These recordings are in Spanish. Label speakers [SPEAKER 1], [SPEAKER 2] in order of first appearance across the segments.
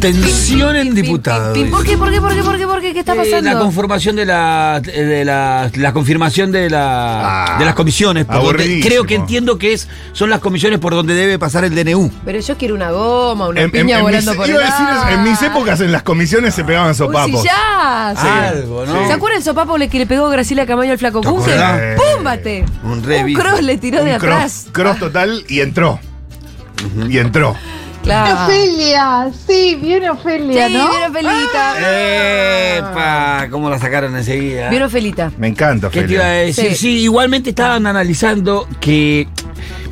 [SPEAKER 1] Tensión en
[SPEAKER 2] Pim, pim,
[SPEAKER 1] diputados.
[SPEAKER 2] pim, pim. ¿Por
[SPEAKER 1] dice.
[SPEAKER 2] qué? ¿Por qué? ¿Por qué? ¿Por qué? ¿Por qué? ¿Qué está
[SPEAKER 3] Eh, la
[SPEAKER 2] pasando?
[SPEAKER 3] conformación de la, eh, de la, la confirmación de, la,
[SPEAKER 1] Ah,
[SPEAKER 3] de las comisiones. por donde-
[SPEAKER 4] aburridísimo.
[SPEAKER 3] creo que entiendo que es, son las comisiones por donde debe pasar el DNU.
[SPEAKER 2] Pero yo quiero una goma, una
[SPEAKER 4] En, en-
[SPEAKER 2] piña
[SPEAKER 4] en mis,
[SPEAKER 2] volando por
[SPEAKER 4] iba a
[SPEAKER 2] acá.
[SPEAKER 4] decir eso, en mis épocas en las comisiones se pegaban
[SPEAKER 2] Un
[SPEAKER 4] sopapos.
[SPEAKER 2] sillazo.
[SPEAKER 3] Algo, ¿no?
[SPEAKER 2] ¿Se acuerdan el sopapo le- que le pegó Gracila Camaño al flaco
[SPEAKER 3] ¿Te
[SPEAKER 2] Kunze?
[SPEAKER 4] acordás?
[SPEAKER 2] ¡Púmbate!
[SPEAKER 3] Un revis.
[SPEAKER 2] cross le tiró
[SPEAKER 4] Un
[SPEAKER 2] de
[SPEAKER 4] cross,
[SPEAKER 2] atrás. Ah.
[SPEAKER 4] cross total y entró. Y entró.
[SPEAKER 2] Claro.
[SPEAKER 5] Ofelia, sí, bien Ofelia,
[SPEAKER 2] Sí,
[SPEAKER 5] ¿no?
[SPEAKER 2] vieron
[SPEAKER 4] Ah.
[SPEAKER 2] Felita.
[SPEAKER 4] Eh.
[SPEAKER 3] ¡Epa! ¿Cómo la sacaron enseguida?
[SPEAKER 2] Vieron Felita.
[SPEAKER 4] Me encanta,
[SPEAKER 3] ¿Qué te iba a
[SPEAKER 4] Felia.
[SPEAKER 3] decir?
[SPEAKER 2] Sí.
[SPEAKER 3] Sí. igualmente
[SPEAKER 2] Ah.
[SPEAKER 3] estaban analizando que.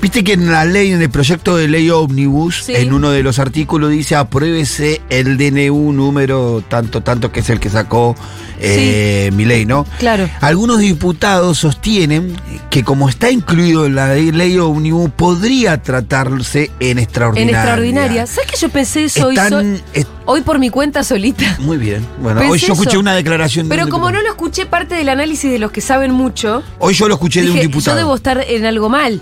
[SPEAKER 3] Viste que en la ley, en el proyecto de ley ómnibus,
[SPEAKER 2] Sí.
[SPEAKER 3] en uno de los artículos dice apruébese el DNU número tanto, tanto que es el que sacó eh, Milei, ¿no?
[SPEAKER 2] Claro.
[SPEAKER 3] Algunos diputados sostienen que como está incluido en la ley ómnibus, podría tratarse en
[SPEAKER 2] En
[SPEAKER 3] extraordinaria.
[SPEAKER 2] extraordinaria. ¿Sabes que yo pensé eso hoy,
[SPEAKER 3] Están-
[SPEAKER 2] sol-
[SPEAKER 3] es-
[SPEAKER 2] hoy por mi cuenta solita?
[SPEAKER 3] Muy bien. Bueno,
[SPEAKER 2] Pensé
[SPEAKER 3] hoy yo escuché
[SPEAKER 2] Pues eso.
[SPEAKER 3] una declaración de
[SPEAKER 2] Pero
[SPEAKER 3] un
[SPEAKER 2] como no
[SPEAKER 3] diputado.
[SPEAKER 2] lo escuché parte del análisis de los que saben mucho,
[SPEAKER 3] Hoy yo lo escuché de
[SPEAKER 2] dije,
[SPEAKER 3] un
[SPEAKER 2] yo
[SPEAKER 3] diputado.
[SPEAKER 2] debo estar en algo mal.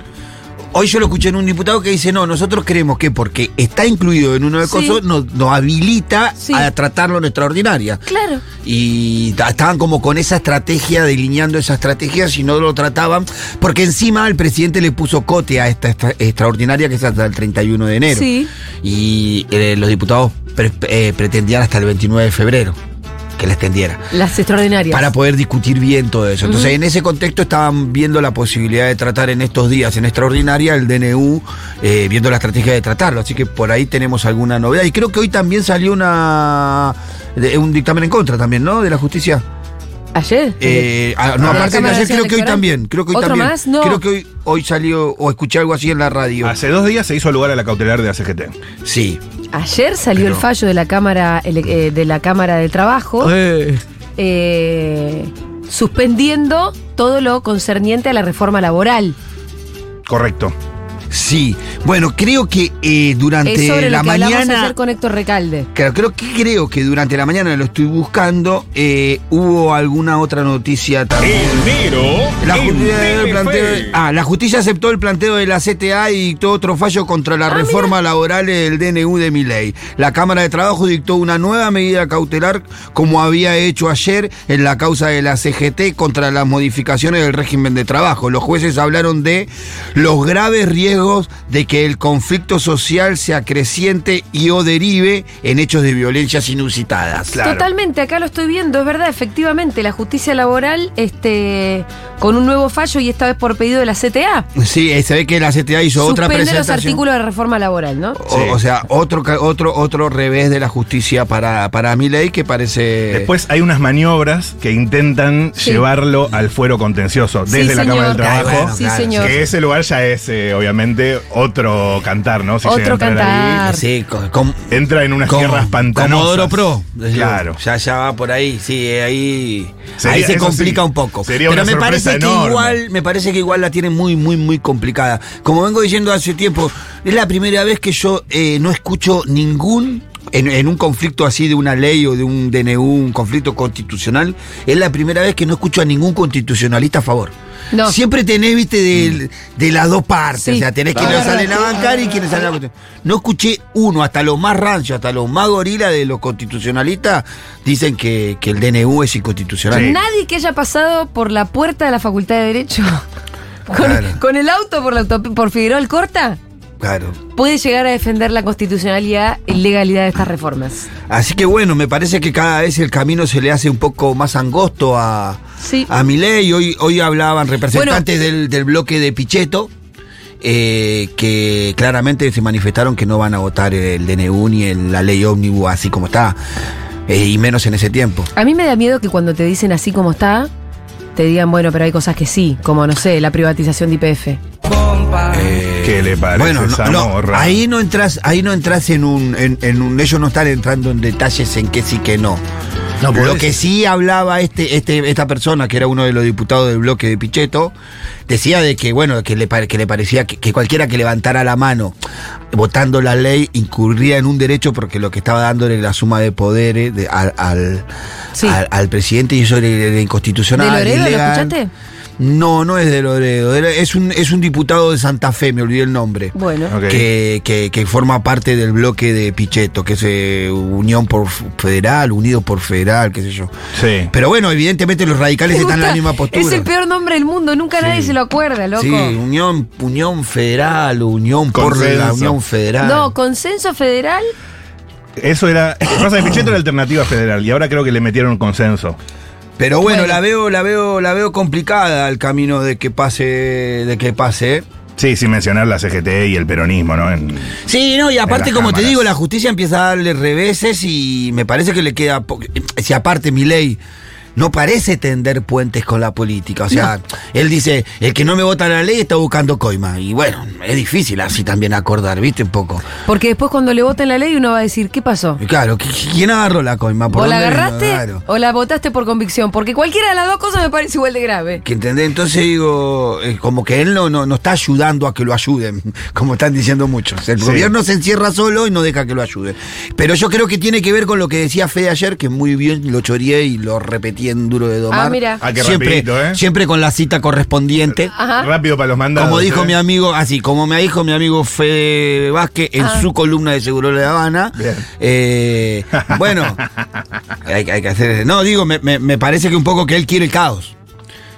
[SPEAKER 3] Hoy yo lo escuché en un diputado que dice, no, nosotros creemos que porque está incluido en uno de
[SPEAKER 2] Sí.
[SPEAKER 3] cosos, nos, nos habilita
[SPEAKER 2] Sí.
[SPEAKER 3] a tratarlo en extraordinaria.
[SPEAKER 2] Claro.
[SPEAKER 3] Y ta- estaban como con esa estrategia, delineando esa estrategia, si no lo trataban, porque encima el presidente le puso cote a esta, extra- extraordinaria que es hasta el 31 de enero.
[SPEAKER 2] Sí.
[SPEAKER 3] Y eh, los diputados pre- eh, pretendían hasta el 29 de febrero que la extendiera
[SPEAKER 2] Las extraordinarias.
[SPEAKER 3] para poder discutir bien todo eso. Entonces, en ese contexto estaban viendo la posibilidad de tratar en estos días, en extraordinaria, el DNU, eh, viendo la estrategia de tratarlo. Así que por ahí tenemos alguna novedad. Y creo que hoy también salió una de- un dictamen en contra también, ¿no? De la justicia.
[SPEAKER 2] ¿Ayer?
[SPEAKER 3] Eh, ah, no,
[SPEAKER 2] ¿De la
[SPEAKER 3] aparte de
[SPEAKER 2] Cámara
[SPEAKER 3] ayer, creo que hoy
[SPEAKER 2] Nacional
[SPEAKER 3] también. Creo que hoy
[SPEAKER 2] ¿Otro
[SPEAKER 3] también.
[SPEAKER 2] más? No.
[SPEAKER 3] Creo que hoy, hoy salió, o escuché algo así en la radio.
[SPEAKER 4] Hace dos días se hizo lugar a la cautelar de ACGT.
[SPEAKER 3] Sí.
[SPEAKER 2] eh, Ayer salió el
[SPEAKER 4] Pero-
[SPEAKER 2] fallo de la Cámara, ele- eh, de la cámara del Trabajo. eh, suspendiendo todo lo concerniente a la reforma laboral.
[SPEAKER 4] Correcto.
[SPEAKER 3] Sí. Bueno, creo que eh, durante
[SPEAKER 2] es sobre
[SPEAKER 3] la
[SPEAKER 2] lo que hablamos
[SPEAKER 3] mañana.
[SPEAKER 2] ayer con Héctor Recalde.
[SPEAKER 3] Claro, creo que creo que durante la mañana lo estoy buscando. eh, hubo alguna otra noticia también. La justicia, planteó- ah, la justicia aceptó el planteo de la CTA y dictó otro fallo contra la reforma laboral del DNU de Miley. La Cámara de Trabajo dictó una nueva medida cautelar como había hecho ayer en la causa de la CGT contra las modificaciones del régimen de trabajo. Los jueces hablaron de los graves riesgos de que el conflicto social se acreciente y o derive en hechos de violencias inusitadas.
[SPEAKER 4] Claro.
[SPEAKER 2] Totalmente, acá lo estoy viendo, es verdad, efectivamente, la justicia laboral, este, con un nuevo fallo y esta vez por pedido de la CTA.
[SPEAKER 3] Sí, eh, se ve que la CTA hizo otra
[SPEAKER 2] Suspende los
[SPEAKER 3] presentación.
[SPEAKER 2] artículos de reforma laboral, ¿no?
[SPEAKER 3] O,
[SPEAKER 4] Sí.
[SPEAKER 3] o sea, otro, ca- otro, otro revés de la justicia para, para Milei que parece.
[SPEAKER 4] Después hay unas maniobras que intentan
[SPEAKER 2] Sí.
[SPEAKER 4] llevarlo al fuero contencioso
[SPEAKER 2] Sí,
[SPEAKER 4] desde la Cámara del
[SPEAKER 2] señor.
[SPEAKER 4] Trabajo.
[SPEAKER 3] Ah, bueno,
[SPEAKER 2] sí,
[SPEAKER 3] claro,
[SPEAKER 2] señor.
[SPEAKER 4] Que ese lugar ya es, eh, obviamente, otro cantar, ¿no? Si llega a
[SPEAKER 2] Otro
[SPEAKER 4] entrar ahí.
[SPEAKER 2] cantar.
[SPEAKER 3] Sí, con, con-
[SPEAKER 4] entra en unas
[SPEAKER 3] con-
[SPEAKER 4] tierras pantanosas.
[SPEAKER 3] Comodoro Pro.
[SPEAKER 4] Claro.
[SPEAKER 3] Ya, ya va por ahí, sí, eh, ahí.
[SPEAKER 4] Sería-
[SPEAKER 3] ahí se
[SPEAKER 4] eso
[SPEAKER 3] complica
[SPEAKER 4] sí,
[SPEAKER 3] un poco.
[SPEAKER 4] sería
[SPEAKER 3] Pero
[SPEAKER 4] una
[SPEAKER 3] me
[SPEAKER 4] sorpresa
[SPEAKER 3] parece que
[SPEAKER 4] enorme.
[SPEAKER 3] igual, me parece que igual la tiene muy, muy, muy complicada. Como vengo diciendo hace tiempo, es la primera vez que yo eh, no escucho ningún. En, en un conflicto así de una ley o de un DNU, un conflicto constitucional, es la primera vez que no escucho a ningún constitucionalista a favor.
[SPEAKER 2] No.
[SPEAKER 3] Siempre tenés, viste, del-
[SPEAKER 4] Mm.
[SPEAKER 3] de, las dos partes.
[SPEAKER 2] Sí.
[SPEAKER 3] O sea, tenés quienes salen a bancar y quienes salen a cuestión. No escuché uno, hasta los más ranchos, hasta los más gorilas de los constitucionalistas, dicen que, que el DNU es inconstitucional.
[SPEAKER 4] Sí.
[SPEAKER 2] Nadie que haya pasado por la puerta de la Facultad de Derecho con,
[SPEAKER 3] Claro.
[SPEAKER 2] con el auto por, la autop- por Figueroa Corta
[SPEAKER 3] Claro.
[SPEAKER 2] puede llegar a defender la constitucionalidad y legalidad de estas reformas.
[SPEAKER 3] Así que bueno, me parece que cada vez el camino se le hace un poco más angosto a,
[SPEAKER 2] Sí.
[SPEAKER 3] a Milei. Hoy, hoy hablaban representantes del, del bloque de Pichetto. eh, que claramente se manifestaron que no van a votar el DNU ni el- la ley ómnibus así como está, eh, y menos en ese tiempo.
[SPEAKER 2] A mí me da miedo que cuando te dicen así como está, te digan, bueno, pero hay cosas que sí, como no sé, la privatización de IPF.
[SPEAKER 4] ¿Qué le parece
[SPEAKER 3] Eh, Bueno, no,
[SPEAKER 4] esa
[SPEAKER 3] no,
[SPEAKER 4] morra?
[SPEAKER 3] ahí no entras, ahí no entras en un, en, en un- ellos no están entrando en detalles en qué sí que no.
[SPEAKER 4] No, porque
[SPEAKER 3] Lo
[SPEAKER 4] es-
[SPEAKER 3] que sí hablaba este, este, esta persona, que era uno de los diputados del bloque de Pichetto, decía de que, bueno, que le, pare- que le parecía que, que cualquiera que levantara la mano votando la ley incurría en un derecho porque lo que estaba dándole la suma de poderes de- al, al,
[SPEAKER 2] Sí.
[SPEAKER 3] al- al presidente y eso era, era inconstitucional.
[SPEAKER 2] ¿De Loredo lo
[SPEAKER 3] ilegal.
[SPEAKER 2] escuchaste?
[SPEAKER 3] No, no es de Loredo. era- Es un, es un diputado de Santa Fe, me olvidé el nombre.
[SPEAKER 2] Bueno.
[SPEAKER 4] Ok.
[SPEAKER 3] Que, que- que forma parte del bloque de Pichetto, que es eh, Unión por Federal, Unidos por Federal, qué sé yo.
[SPEAKER 4] Sí.
[SPEAKER 3] Pero bueno, evidentemente los radicales
[SPEAKER 2] Me
[SPEAKER 3] están en la
[SPEAKER 2] gusta.
[SPEAKER 3] misma postura.
[SPEAKER 2] Es el peor nombre del mundo, nunca nadie se lo acuerda, loco.
[SPEAKER 3] Sí, Unión, Unión Federal, Unión por la
[SPEAKER 4] Consenso.
[SPEAKER 3] Unión Federal.
[SPEAKER 2] No, consenso federal.
[SPEAKER 4] Eso era. Rosa de Pichetto era alternativa federal y ahora creo que le metieron consenso.
[SPEAKER 3] Pero bueno,
[SPEAKER 2] Bueno.
[SPEAKER 3] la veo, la veo, la veo complicada el camino de que pase, de que pase.
[SPEAKER 4] Sí, sin mencionar la CGT y el peronismo, ¿no? En-
[SPEAKER 3] Sí, no, y aparte,
[SPEAKER 4] las
[SPEAKER 3] como te
[SPEAKER 4] cámaras.
[SPEAKER 3] digo, la justicia empieza a darle reveses y me parece que le queda. po- Si aparte mi ley no parece tender puentes con la política. O sea, él dice, el que no me vota la ley está buscando coima. Y bueno, es difícil así también acordar, ¿viste? Un poco.
[SPEAKER 2] Porque después cuando le voten la ley uno va a decir, ¿qué pasó?
[SPEAKER 3] Y Claro, ¿qui- ¿quién agarró la coima? ¿Por
[SPEAKER 2] O la
[SPEAKER 3] dónde vino?
[SPEAKER 2] agarraste
[SPEAKER 3] Claro.
[SPEAKER 2] o la votaste por convicción. Porque cualquiera de las dos cosas me parece igual de grave.
[SPEAKER 3] Que entendés, entonces digo, eh, como que él no, no, no está ayudando a que lo ayuden, como están diciendo muchos. El
[SPEAKER 4] Sí.
[SPEAKER 3] gobierno se encierra solo y no deja que lo ayuden. Pero yo creo que tiene que ver con lo que decía Fede ayer, que muy bien lo choreé y lo repetí en duro de domar.
[SPEAKER 2] Ah, mira. Ah,
[SPEAKER 4] Ah, qué
[SPEAKER 3] siempre,
[SPEAKER 4] rapidito, ¿eh?
[SPEAKER 3] siempre con la cita correspondiente.
[SPEAKER 2] Ajá.
[SPEAKER 4] Rápido para los mandados.
[SPEAKER 3] Como dijo
[SPEAKER 4] ¿eh?
[SPEAKER 3] mi amigo, así, como me dijo mi amigo Fede Vázquez en
[SPEAKER 2] Ah.
[SPEAKER 3] su columna de Seguro de La Habana.
[SPEAKER 4] Bien.
[SPEAKER 3] eh, bueno, hay, hay que hacer. No, digo, me, me- me parece que un poco que él quiere el caos.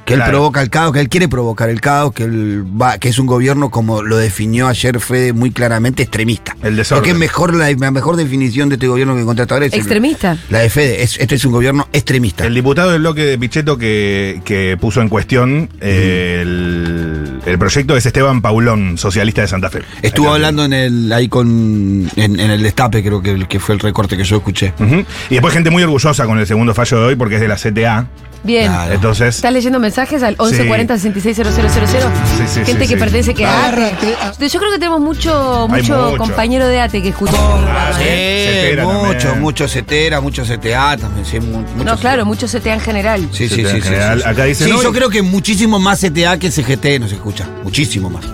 [SPEAKER 3] Que él
[SPEAKER 4] Claro.
[SPEAKER 3] provoca el caos, que él quiere provocar el caos, que él va, que es un gobierno como lo definió ayer Fede muy claramente extremista.
[SPEAKER 4] El desorden.
[SPEAKER 3] Porque es mejor la, la mejor definición de este gobierno que encontré hasta ahora es el-
[SPEAKER 2] Extremista.
[SPEAKER 3] la de Fede. Es- este es un gobierno extremista.
[SPEAKER 4] El diputado del bloque de Pichetto que, que puso en cuestión eh, el, el proyecto es Esteban Paulón, socialista de Santa Fe.
[SPEAKER 3] Estuvo
[SPEAKER 4] Acá.
[SPEAKER 3] hablando en el ahí con en, en el destape, creo que, que fue el recorte que yo escuché.
[SPEAKER 4] Ujú. Y después gente muy orgullosa con el segundo fallo de hoy porque es de la CTA.
[SPEAKER 2] Bien.
[SPEAKER 3] Claro.
[SPEAKER 4] Entonces,
[SPEAKER 2] ¿Estás leyendo mensajes al 1140 660000?
[SPEAKER 4] Sí, sí,
[SPEAKER 2] Gente
[SPEAKER 4] sí,
[SPEAKER 2] que
[SPEAKER 4] sí.
[SPEAKER 2] pertenece que a ATE. Yo creo que tenemos mucho,
[SPEAKER 4] Hay
[SPEAKER 2] mucho,
[SPEAKER 4] mucho.
[SPEAKER 2] compañero de ATE que escucha. este programa,
[SPEAKER 4] Ah, sí.
[SPEAKER 2] ¿eh?
[SPEAKER 4] Cetera
[SPEAKER 3] mucho,
[SPEAKER 4] también.
[SPEAKER 3] mucho cetera, mucho CTA también, sí, mu- mucho
[SPEAKER 2] No,
[SPEAKER 3] CTA.
[SPEAKER 2] claro, mucho CTA en general.
[SPEAKER 3] Sí, sí,
[SPEAKER 4] CTA
[SPEAKER 3] sí,
[SPEAKER 4] en
[SPEAKER 3] sí,
[SPEAKER 4] general.
[SPEAKER 3] sí, sí.
[SPEAKER 4] Acá dice,
[SPEAKER 3] Sí,
[SPEAKER 4] no,
[SPEAKER 3] yo
[SPEAKER 4] y-
[SPEAKER 3] creo que muchísimo más CTA que CGT nos escucha, muchísimo más.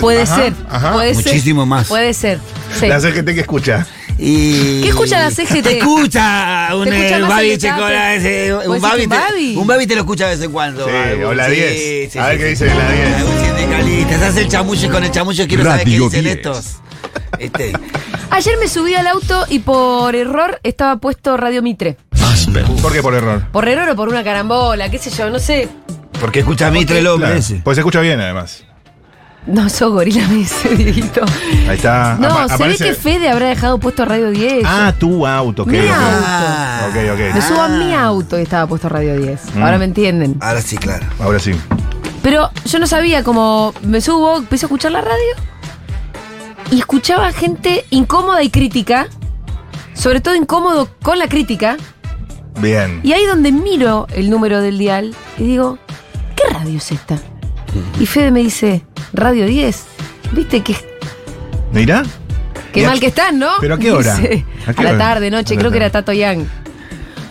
[SPEAKER 2] Puede
[SPEAKER 4] Ajá,
[SPEAKER 2] ser,
[SPEAKER 4] ajá.
[SPEAKER 2] puede ser.
[SPEAKER 3] Muchísimo más.
[SPEAKER 2] Puede ser. sí.
[SPEAKER 4] la CGT que escucha.
[SPEAKER 3] Y...
[SPEAKER 2] ¿Qué escucha la CGT?
[SPEAKER 3] Te escucha un
[SPEAKER 2] ¿Te escucha
[SPEAKER 3] eh,
[SPEAKER 2] más
[SPEAKER 3] Babi
[SPEAKER 2] el destape?
[SPEAKER 3] Checola, ese,
[SPEAKER 2] ¿Puede ser que
[SPEAKER 3] un Babi,
[SPEAKER 2] un
[SPEAKER 3] te,
[SPEAKER 2] Babi?
[SPEAKER 3] un Babi te lo escucha de vez en cuando.
[SPEAKER 4] Sí,
[SPEAKER 3] algo,
[SPEAKER 4] o la
[SPEAKER 3] sí,
[SPEAKER 4] 10.
[SPEAKER 3] sí,
[SPEAKER 4] A ver
[SPEAKER 3] sí,
[SPEAKER 4] qué
[SPEAKER 3] sí.
[SPEAKER 4] dice la 10.
[SPEAKER 3] Algún sindicalista, se hace el chamullo y con el chamullo quiero saber qué
[SPEAKER 4] Radio
[SPEAKER 3] dicen
[SPEAKER 4] 10.
[SPEAKER 3] estos. Este,
[SPEAKER 2] Ayer me subí al auto y por error estaba puesto Radio Mitre.
[SPEAKER 4] ¿Por qué por error?
[SPEAKER 2] Por error o por una carambola, qué sé yo, no sé.
[SPEAKER 3] porque escucha a Mitre el hombre
[SPEAKER 4] Claro,
[SPEAKER 3] ese.
[SPEAKER 4] Pues se escucha bien además.
[SPEAKER 2] No, sos gorila, me dice Dieguito.
[SPEAKER 4] Ahí está.
[SPEAKER 2] No,
[SPEAKER 4] Apa-
[SPEAKER 2] se
[SPEAKER 4] aparece-
[SPEAKER 2] ve que Fede habrá dejado puesto Radio 10.
[SPEAKER 4] Ah, tu auto, ok,
[SPEAKER 2] Mi
[SPEAKER 4] ok.
[SPEAKER 2] auto.
[SPEAKER 3] Ah.
[SPEAKER 4] Ok, ok.
[SPEAKER 2] Me subo a mi auto y estaba puesto Radio 10.
[SPEAKER 4] Mm.
[SPEAKER 2] Ahora me entienden.
[SPEAKER 3] Ahora sí, claro.
[SPEAKER 4] Ahora sí.
[SPEAKER 2] Pero yo no sabía cómo me subo, empiezo a escuchar la radio y escuchaba gente incómoda y crítica, sobre todo incómodo con la crítica,
[SPEAKER 4] Bien.
[SPEAKER 2] y ahí donde miro el número del dial y digo, ¿qué radio es esta? Y Fede me dice, Radio 10. ¿Viste que
[SPEAKER 4] ¿Mirá?
[SPEAKER 2] Qué
[SPEAKER 4] ¿Y a
[SPEAKER 2] mal
[SPEAKER 4] qué-
[SPEAKER 2] que están, ¿no?
[SPEAKER 4] pero a qué hora?
[SPEAKER 2] Dice,
[SPEAKER 4] ¿A
[SPEAKER 2] ¿A,
[SPEAKER 4] qué
[SPEAKER 2] la
[SPEAKER 4] hora?
[SPEAKER 2] tarde, noche,
[SPEAKER 4] A la
[SPEAKER 2] creo que era
[SPEAKER 4] tarde. Ah,
[SPEAKER 2] Tato Yang.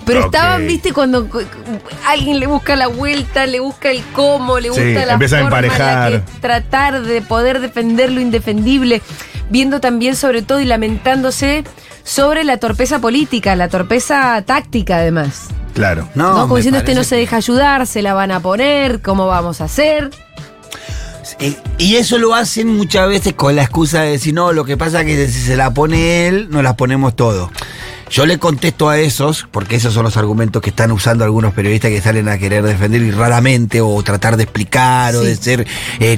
[SPEAKER 2] Pero
[SPEAKER 4] Ok.
[SPEAKER 2] estaban, viste, cuando cu- cu- alguien le busca la vuelta, le busca el cómo, le
[SPEAKER 4] Sí,
[SPEAKER 2] gusta la
[SPEAKER 4] empieza a
[SPEAKER 2] forma,
[SPEAKER 4] emparejar.
[SPEAKER 2] la que tratar de poder defender lo indefendible, viendo también sobre todo y lamentándose sobre la torpeza política, la torpeza táctica además.
[SPEAKER 4] Claro.
[SPEAKER 2] No, como
[SPEAKER 3] me
[SPEAKER 2] diciendo este no
[SPEAKER 3] parece
[SPEAKER 2] se deja ayudar, se la van a poner, cómo vamos a hacer.
[SPEAKER 3] Eh, Y eso lo hacen muchas veces con la excusa de decir, no, lo que pasa es que si se la pone él, nos las ponemos todos. Yo le contesto a esos, porque esos son los argumentos que están usando algunos periodistas que salen a querer defender y raramente, o tratar de explicar, o
[SPEAKER 2] Sí.
[SPEAKER 3] de ser eh,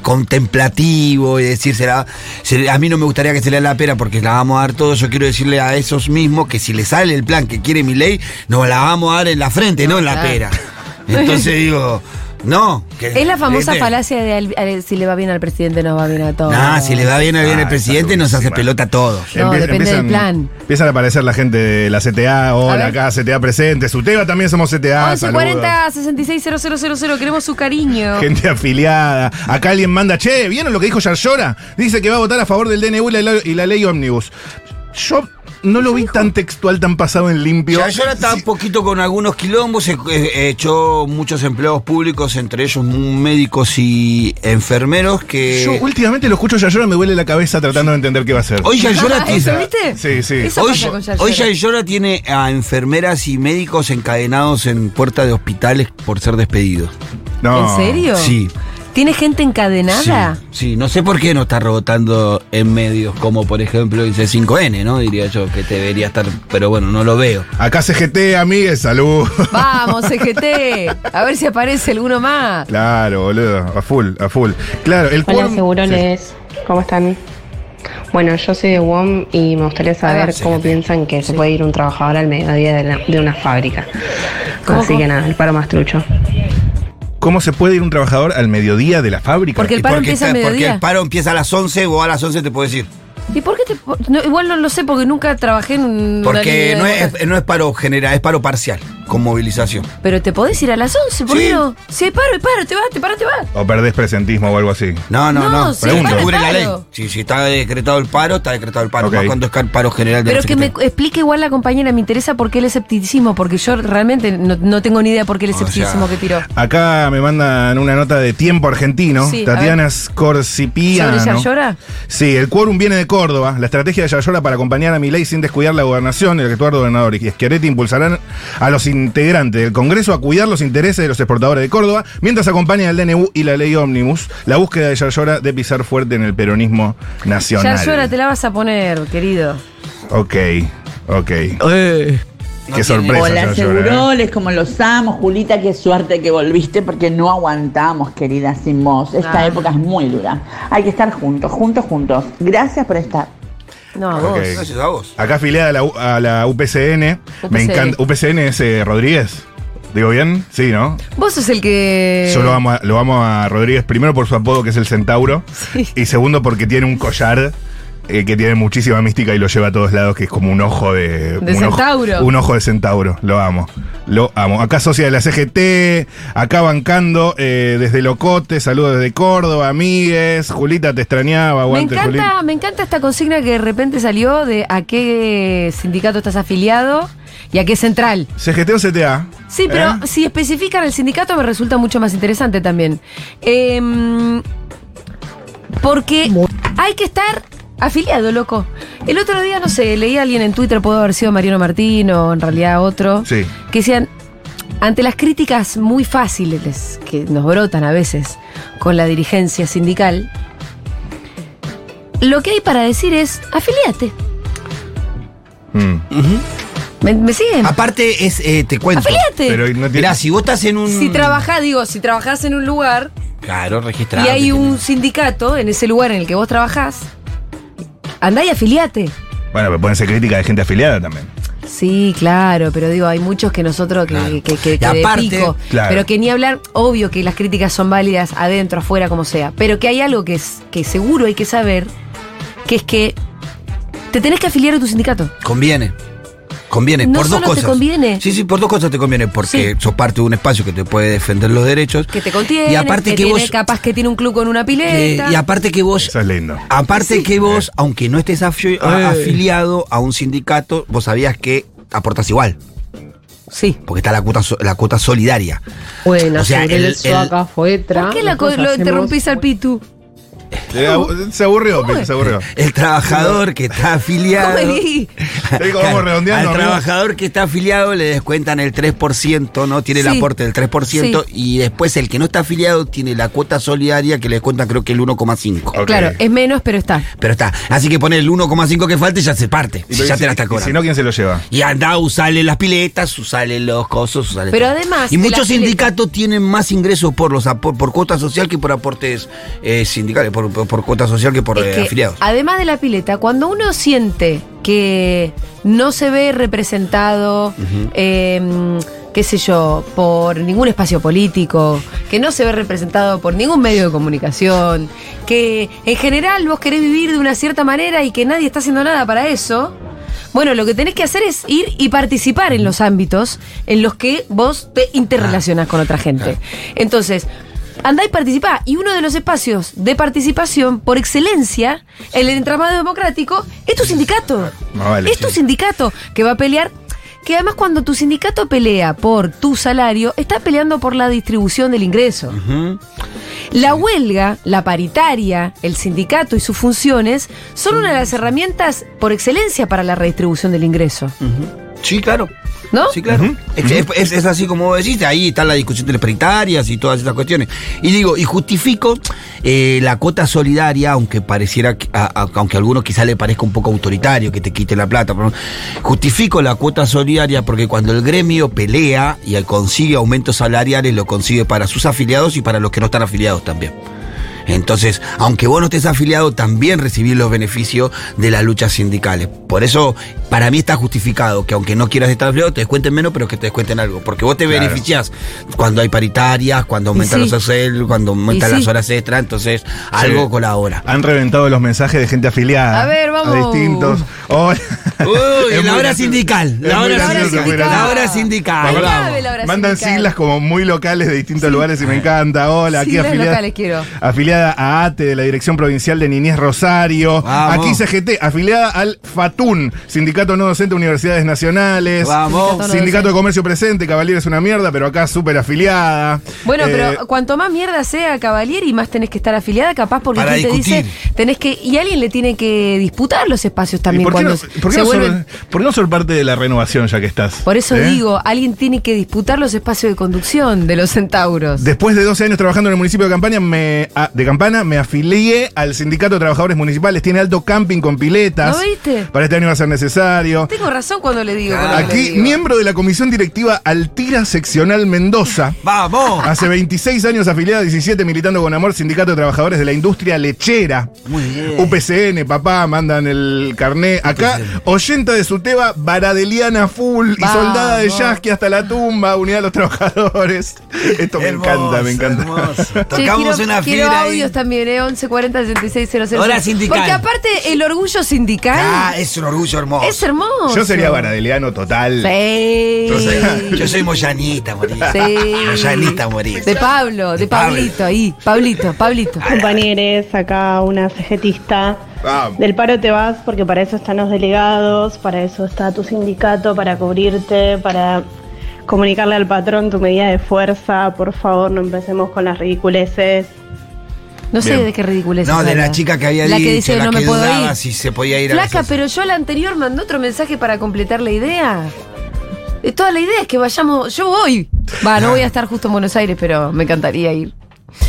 [SPEAKER 3] contemplativo, y decir, se la- se- a mí no me gustaría que se le dé la pera porque la vamos a dar todos. Yo quiero decirle a esos mismos que si le sale el plan que quiere mi ley, nos la vamos a dar en la frente, no, en la
[SPEAKER 2] claro.
[SPEAKER 3] pera. Entonces digo, no.
[SPEAKER 4] Eh,
[SPEAKER 3] que-
[SPEAKER 2] Es la famosa
[SPEAKER 3] ¿viste?
[SPEAKER 2] falacia de al- al- si le va bien al presidente, nos va bien a todos.
[SPEAKER 3] Nah, si le va bien a bien
[SPEAKER 4] Ah,
[SPEAKER 3] el presidente,
[SPEAKER 4] está
[SPEAKER 3] nos hace
[SPEAKER 4] durísima.
[SPEAKER 3] pelota a todos.
[SPEAKER 2] No,
[SPEAKER 4] Empie-
[SPEAKER 2] depende del plan.
[SPEAKER 4] Empiezan a aparecer la gente de la CTA. Hola,
[SPEAKER 2] A ver.
[SPEAKER 4] acá CTA presente. Suteba también somos CTA. Ah, saludos.
[SPEAKER 2] 1140 660000 queremos su cariño.
[SPEAKER 4] Gente afiliada. Acá alguien manda, che, ¿vieron lo que dijo Yarlora? Dice que va a votar a favor del DNU y la, y la ley ómnibus. Yo no lo vi tan textual, tan pasado en limpio.
[SPEAKER 3] Ya yo estaba un poquito con algunos quilombos, e- e- echó muchos empleados públicos, entre ellos médicos y enfermeros que...
[SPEAKER 4] Yo últimamente lo escucho a Yarlora, me duele la cabeza tratando de entender qué va a hacer.
[SPEAKER 3] Hoy ya llora
[SPEAKER 2] Ah, ¿Eso viste?
[SPEAKER 4] Sí, sí.
[SPEAKER 2] Eso
[SPEAKER 3] Hoy,
[SPEAKER 2] pasa con Yayora.
[SPEAKER 3] hoy Yayora tiene a enfermeras y médicos encadenados en puertas de hospitales por ser despedidos.
[SPEAKER 4] No.
[SPEAKER 2] ¿En serio?
[SPEAKER 3] Sí.
[SPEAKER 2] ¿Tiene gente encadenada?
[SPEAKER 3] Sí, sí, no sé por qué no está rebotando en medios como por ejemplo dice 5N, ¿no? Diría yo que debería estar, pero bueno, no lo veo.
[SPEAKER 4] Acá CGT, amigues, salud.
[SPEAKER 2] Vamos, CGT. A ver si aparece alguno más.
[SPEAKER 4] Claro, boludo, a full, a full. Claro, el
[SPEAKER 1] Hola,
[SPEAKER 4] quórum-
[SPEAKER 1] segurones. ¿Cómo están? Bueno, yo soy de WOM y me gustaría saber
[SPEAKER 2] Ah, sí.
[SPEAKER 1] cómo piensan que se puede ir un trabajador al mediodía de, la- de una fábrica.
[SPEAKER 2] ¿Cómo,
[SPEAKER 1] Así
[SPEAKER 2] cómo?
[SPEAKER 1] que nada, el paro más trucho.
[SPEAKER 4] Sí. ¿Cómo se puede ir un trabajador al mediodía de la fábrica?
[SPEAKER 2] Porque el paro
[SPEAKER 3] porque,
[SPEAKER 2] empieza a
[SPEAKER 3] está- porque
[SPEAKER 2] mediodía.
[SPEAKER 3] el paro empieza a las 11, vos a las 11 te puedes ir.
[SPEAKER 2] ¿Y por qué te.? po- no, igual no lo sé porque nunca trabajé en una línea
[SPEAKER 3] Porque
[SPEAKER 2] de
[SPEAKER 3] no
[SPEAKER 2] botas.
[SPEAKER 3] es, no es paro general, es paro parcial, con movilización.
[SPEAKER 2] Pero te podés ir a las 11, ¿por
[SPEAKER 3] Sí.
[SPEAKER 2] qué no? Si hay paro, hay paro, te vas, te paras, te vas.
[SPEAKER 4] O perdés presentismo o algo así.
[SPEAKER 3] No, no,
[SPEAKER 2] No,
[SPEAKER 3] no.
[SPEAKER 2] sí,
[SPEAKER 3] pero
[SPEAKER 4] el paro
[SPEAKER 3] cubre
[SPEAKER 2] es
[SPEAKER 3] la ley.
[SPEAKER 2] paro.
[SPEAKER 3] Si, si está decretado el paro, está decretado el paro.
[SPEAKER 4] Ok.
[SPEAKER 3] Más cuando es car- paro general de
[SPEAKER 2] Pero
[SPEAKER 3] la
[SPEAKER 2] que me
[SPEAKER 3] Secretaría.
[SPEAKER 2] explique igual la compañera, me interesa por qué el escepticismo, porque yo realmente no, no tengo ni idea por qué el
[SPEAKER 3] O sea,
[SPEAKER 2] escepticismo que tiró.
[SPEAKER 4] Acá me mandan una nota de tiempo argentino.
[SPEAKER 2] Sí, a
[SPEAKER 4] Tatiana
[SPEAKER 2] ¿Sobre
[SPEAKER 4] Scorcipiano.
[SPEAKER 2] Yayora?
[SPEAKER 4] Sí, el quórum viene de Córdoba. La estrategia de Yayora para acompañar a Milei sin descuidar la gobernación, el actual gobernador y Schiaretti impulsarán a los integrantes del Congreso a cuidar los intereses de los exportadores de Córdoba, mientras acompaña al DNU y la ley ómnibus, la búsqueda de Yayora de pisar fuerte en el peronismo nacional.
[SPEAKER 2] Yayora te la vas a poner, querido.
[SPEAKER 4] Ok, ok.
[SPEAKER 3] No tiene-
[SPEAKER 4] Qué sorpresa.
[SPEAKER 6] Hola,
[SPEAKER 4] Yayora, ¿eh?
[SPEAKER 6] seguroles, como los amo. Julita, qué suerte que volviste porque no aguantamos, querida, sin vos. Esta
[SPEAKER 2] Ah.
[SPEAKER 6] época es muy dura. Hay que estar juntos, juntos, juntos. Gracias por estar.
[SPEAKER 2] No, a
[SPEAKER 4] Ok.
[SPEAKER 2] vos.
[SPEAKER 3] Gracias a vos.
[SPEAKER 4] Acá afiliada a la, U- a la UPCN. Me
[SPEAKER 2] UPCN.
[SPEAKER 4] encanta. UPCN es eh, Rodríguez. ¿Digo bien? Sí, ¿no?
[SPEAKER 2] Vos sos el que.
[SPEAKER 4] Yo lo amo, a, lo amo a Rodríguez primero por su apodo que es el Centauro.
[SPEAKER 2] Sí.
[SPEAKER 4] Y segundo porque tiene un collar eh, que tiene muchísima mística y lo lleva a todos lados, que es como un ojo de.
[SPEAKER 2] De
[SPEAKER 4] un ojo-
[SPEAKER 2] centauro.
[SPEAKER 4] un ojo de centauro. Lo amo. Lo amo. Acá socia de la CGT, acá bancando eh, desde Locote, saludos desde Córdoba, amigues. Julita te extrañaba,
[SPEAKER 2] Me
[SPEAKER 4] aguante, Julita.
[SPEAKER 2] encanta, me encanta esta consigna que de repente salió de a qué sindicato estás afiliado y a qué central.
[SPEAKER 4] CGT o CTA.
[SPEAKER 2] Sí, pero
[SPEAKER 4] ¿Eh?
[SPEAKER 2] si especifican el sindicato me resulta mucho más interesante también. Em, porque hay que estar afiliado, loco. El otro día, no sé, leí a alguien en Twitter, pudo haber sido Mariano Martín o en realidad otro,
[SPEAKER 4] Sí.
[SPEAKER 2] que decían, ante las críticas muy fáciles que nos brotan a veces con la dirigencia sindical, lo que hay para decir es, afiliate.
[SPEAKER 4] Mm.
[SPEAKER 2] ¿Me, me siguen?
[SPEAKER 3] Aparte, es, eh, te cuento.
[SPEAKER 2] Afiliate.
[SPEAKER 4] Ah, Pero no tiene-
[SPEAKER 3] Mirá, si vos estás en un.
[SPEAKER 2] Si trabajás, digo, si trabajás en un lugar
[SPEAKER 3] Claro, registrado.
[SPEAKER 2] y hay un sindicato en ese lugar en el que vos trabajás, andá y afiliate.
[SPEAKER 4] Bueno, pero pueden ser críticas de gente afiliada también.
[SPEAKER 2] Sí, claro, pero digo, hay muchos que nosotros que,
[SPEAKER 3] Claro.
[SPEAKER 2] que- que- que
[SPEAKER 3] Y
[SPEAKER 2] de
[SPEAKER 3] aparte,
[SPEAKER 2] pico,
[SPEAKER 4] claro.
[SPEAKER 2] pero que ni hablar, obvio que las críticas son válidas adentro, afuera, como sea, pero que hay algo que, es, que seguro hay que saber, que es que te tenés que afiliar a tu sindicato.
[SPEAKER 3] Conviene. Conviene,
[SPEAKER 2] No
[SPEAKER 3] por dos
[SPEAKER 2] solo te
[SPEAKER 3] cosas.
[SPEAKER 2] conviene.
[SPEAKER 3] Sí, sí, por dos cosas te conviene. Porque
[SPEAKER 2] Sí.
[SPEAKER 3] sos parte de un espacio que te puede defender los derechos.
[SPEAKER 2] Que te contiene,
[SPEAKER 3] Y aparte que,
[SPEAKER 2] tiene,
[SPEAKER 3] vos.
[SPEAKER 2] capaz que tiene un club con una
[SPEAKER 3] eh,
[SPEAKER 2] pileta.
[SPEAKER 3] y aparte que vos.
[SPEAKER 4] Eso es lindo.
[SPEAKER 3] Aparte que
[SPEAKER 4] Eh.
[SPEAKER 3] vos, aunque no estés afi- a- afiliado a un sindicato, vos sabías que aportas igual.
[SPEAKER 2] sí.
[SPEAKER 3] Porque está la cuota, so- la cuota solidaria.
[SPEAKER 5] Bueno,
[SPEAKER 3] O sea,
[SPEAKER 5] sobre
[SPEAKER 3] el-
[SPEAKER 5] eso
[SPEAKER 3] el-
[SPEAKER 5] acá fue
[SPEAKER 2] ¿Por
[SPEAKER 5] trampa.
[SPEAKER 2] qué la co-
[SPEAKER 5] Nosotros
[SPEAKER 2] lo
[SPEAKER 5] hacemos-
[SPEAKER 2] interrumpís al pitu?
[SPEAKER 4] Eh, abu- Se aburrió, Pitu, se aburrió.
[SPEAKER 3] El trabajador que está afiliado.
[SPEAKER 2] ¿Cómo elegí?
[SPEAKER 4] Digo, vamos redondeando,
[SPEAKER 3] Al
[SPEAKER 4] amigo.
[SPEAKER 3] trabajador que está afiliado le descuentan el 3%, ¿no? Tiene
[SPEAKER 2] Sí.
[SPEAKER 3] el aporte del 3%
[SPEAKER 2] Sí.
[SPEAKER 3] y después el que no está afiliado tiene la cuota solidaria que le descuentan creo que el 1,5.
[SPEAKER 4] Ok.
[SPEAKER 2] Claro, es menos, pero está.
[SPEAKER 3] Pero está, así que pone el 1,5 que falta y ya se parte.
[SPEAKER 4] Y
[SPEAKER 3] si
[SPEAKER 4] pero
[SPEAKER 3] ya
[SPEAKER 4] y
[SPEAKER 3] te la
[SPEAKER 4] si-
[SPEAKER 3] está
[SPEAKER 4] y
[SPEAKER 3] cobrando.
[SPEAKER 4] Si no, ¿quién se lo lleva?
[SPEAKER 3] Y anda, usale las piletas, usale los cosos, usale
[SPEAKER 2] Pero además
[SPEAKER 3] Y
[SPEAKER 2] de
[SPEAKER 3] muchos
[SPEAKER 2] las piletas-
[SPEAKER 3] sindicatos tienen más ingresos por los apo- por cuota social que por aportes eh, sindicales, por, por- por cuota social que por
[SPEAKER 2] Es
[SPEAKER 3] eh,
[SPEAKER 2] que,
[SPEAKER 3] afiliados.
[SPEAKER 2] Además de la pileta, cuando uno siente que no se ve representado, eh, qué sé yo, por ningún espacio político, que no se ve representado por ningún medio de comunicación, que en general vos querés vivir de una cierta manera y que nadie está haciendo nada para eso. Bueno, lo que tenés que hacer es ir y participar en los ámbitos en los que vos te interrelacionás con otra gente. Entonces, andá y participá. Y uno de los espacios de participación por excelencia en el entramado democrático es tu sindicato.
[SPEAKER 4] Más vale,
[SPEAKER 2] es tu
[SPEAKER 4] sí.
[SPEAKER 2] sindicato que va a pelear. Que además cuando tu sindicato pelea por tu salario, está peleando por la distribución del ingreso. La huelga, la paritaria, el sindicato y sus funciones
[SPEAKER 4] Mm.
[SPEAKER 2] son una de las herramientas por excelencia para la redistribución del ingreso.
[SPEAKER 3] Sí, claro.
[SPEAKER 2] ¿No?
[SPEAKER 3] Sí, claro. es, es- es- es así como vos decís, ahí está la discusión de las paritarias y todas esas cuestiones. Y digo, y justifico eh, la cuota solidaria, aunque pareciera, que- a- a- aunque a algunos quizá le parezca un poco autoritario que te quite la plata, pero justifico la cuota solidaria porque cuando el gremio pelea y consigue aumentos salariales, lo consigue para sus afiliados y para los que no están afiliados también. Entonces, aunque vos no estés afiliado, también recibís los beneficios de las luchas sindicales. Por eso, para mí está justificado que aunque no quieras estar afiliado, te descuenten menos, pero que te descuenten algo. Porque vos te
[SPEAKER 4] Claro.
[SPEAKER 3] beneficiás cuando hay paritarias, cuando aumentan
[SPEAKER 2] sí.
[SPEAKER 3] los ACL, cuando aumentan
[SPEAKER 2] Y
[SPEAKER 3] las
[SPEAKER 2] sí.
[SPEAKER 3] horas extra, entonces algo colabora.
[SPEAKER 4] Han reventado los mensajes de gente afiliada.
[SPEAKER 2] A ver, vamos.
[SPEAKER 4] distintos. Hola.
[SPEAKER 3] Uy,
[SPEAKER 4] Es
[SPEAKER 3] la
[SPEAKER 4] muy
[SPEAKER 3] hora
[SPEAKER 4] gracioso.
[SPEAKER 3] sindical,
[SPEAKER 4] Es
[SPEAKER 3] la
[SPEAKER 4] muy
[SPEAKER 3] hora
[SPEAKER 4] gracioso,
[SPEAKER 3] sindical,
[SPEAKER 4] muy
[SPEAKER 3] la
[SPEAKER 4] gracioso.
[SPEAKER 3] hora sindical.
[SPEAKER 4] Aparte,
[SPEAKER 3] vamos.
[SPEAKER 2] Cabe la hora
[SPEAKER 4] Mandan
[SPEAKER 2] sindical.
[SPEAKER 4] siglas como muy locales de distintos lugares y me encanta. Hola, aquí
[SPEAKER 2] Siglas
[SPEAKER 4] afiliada.
[SPEAKER 2] locales quiero.
[SPEAKER 4] Afiliada a ATE de la Dirección Provincial de Niñez Rosario.
[SPEAKER 3] Vamos.
[SPEAKER 4] Aquí CGT, afiliada al FATUN, Sindicato No Docente de Universidades Nacionales.
[SPEAKER 3] Vamos.
[SPEAKER 2] Sindicato no
[SPEAKER 4] Sindicato de
[SPEAKER 2] docente.
[SPEAKER 4] Comercio Presente, Cavalier es una mierda, pero acá súper afiliada.
[SPEAKER 2] Bueno,
[SPEAKER 4] Eh,
[SPEAKER 2] pero cuanto más mierda sea Cavalieri, más tenés que estar afiliada, capaz porque
[SPEAKER 3] Para
[SPEAKER 2] quien te
[SPEAKER 3] discutir.
[SPEAKER 2] dice, tenés que, y alguien le tiene que disputar los espacios
[SPEAKER 4] ¿y
[SPEAKER 2] también
[SPEAKER 4] ¿Por qué,
[SPEAKER 2] cuando
[SPEAKER 4] no, por qué
[SPEAKER 2] se
[SPEAKER 4] no
[SPEAKER 2] vuelven.
[SPEAKER 4] ser, por qué no ser parte de la renovación ya que estás?
[SPEAKER 2] Por eso
[SPEAKER 4] ¿Eh?
[SPEAKER 2] digo, alguien tiene que disputar los espacios de conducción de los centauros.
[SPEAKER 4] Después de 12 años trabajando en el municipio de Campana, me, a- de Campana, me afilié al Sindicato de Trabajadores Municipales. Tiene alto camping con piletas.
[SPEAKER 2] ¿No viste?
[SPEAKER 4] Para este año va a ser necesario.
[SPEAKER 2] Tengo razón cuando le digo. cuando le
[SPEAKER 4] Aquí,
[SPEAKER 2] digo.
[SPEAKER 4] miembro de la Comisión Directiva Altira Seccional Mendoza.
[SPEAKER 3] Vamos.
[SPEAKER 4] Hace 26 años afiliada a 17 militando con amor, Sindicato de Trabajadores de la Industria Lechera.
[SPEAKER 3] Muy bien.
[SPEAKER 4] UPCN, papá, mandan el carné. Acá, oyenta de su teba, Baradeliana Full y
[SPEAKER 2] Vamos.
[SPEAKER 4] soldada de Yasky hasta la tumba, unidad de los trabajadores. Esto me encanta, me encanta.
[SPEAKER 2] Che,
[SPEAKER 3] Tocamos
[SPEAKER 2] quiero,
[SPEAKER 3] una
[SPEAKER 2] quiero
[SPEAKER 3] fibra
[SPEAKER 2] audios también, ¿eh? 1140 6600.
[SPEAKER 3] Hora sindical.
[SPEAKER 2] Porque aparte, el orgullo sindical
[SPEAKER 3] Ah, es un orgullo hermoso.
[SPEAKER 2] es hermoso.
[SPEAKER 4] Yo sería Baradeliano total.
[SPEAKER 2] Sí.
[SPEAKER 3] Yo soy, yo soy Moyanita, morir.
[SPEAKER 2] Sí.
[SPEAKER 3] Moyanita, morir.
[SPEAKER 2] De Pablo, de,
[SPEAKER 3] De Pablo.
[SPEAKER 2] Pablito, ahí. Pablito, Pablito.
[SPEAKER 7] compañeros, acá una cegetista.
[SPEAKER 4] Vamos.
[SPEAKER 7] Del paro te vas porque para eso están los delegados, para eso está tu sindicato, para cubrirte, para comunicarle al patrón tu medida de fuerza. Por favor, no empecemos con las ridiculeces.
[SPEAKER 2] No sé
[SPEAKER 4] Bien.
[SPEAKER 2] de qué ridiculez.
[SPEAKER 3] No,
[SPEAKER 2] es
[SPEAKER 3] de la
[SPEAKER 2] habla.
[SPEAKER 3] chica que había
[SPEAKER 2] La
[SPEAKER 3] dicho,
[SPEAKER 2] que dice
[SPEAKER 3] la
[SPEAKER 2] no
[SPEAKER 3] que
[SPEAKER 2] me puedo
[SPEAKER 3] dudaba
[SPEAKER 2] ir.
[SPEAKER 3] si se podía ir a la
[SPEAKER 2] Flaca,
[SPEAKER 3] sesión.
[SPEAKER 2] pero yo la anterior mandó otro mensaje para completar la idea. Eh, Toda la idea es que vayamos. Yo voy. Va, no voy a estar justo en Buenos Aires, pero me encantaría ir.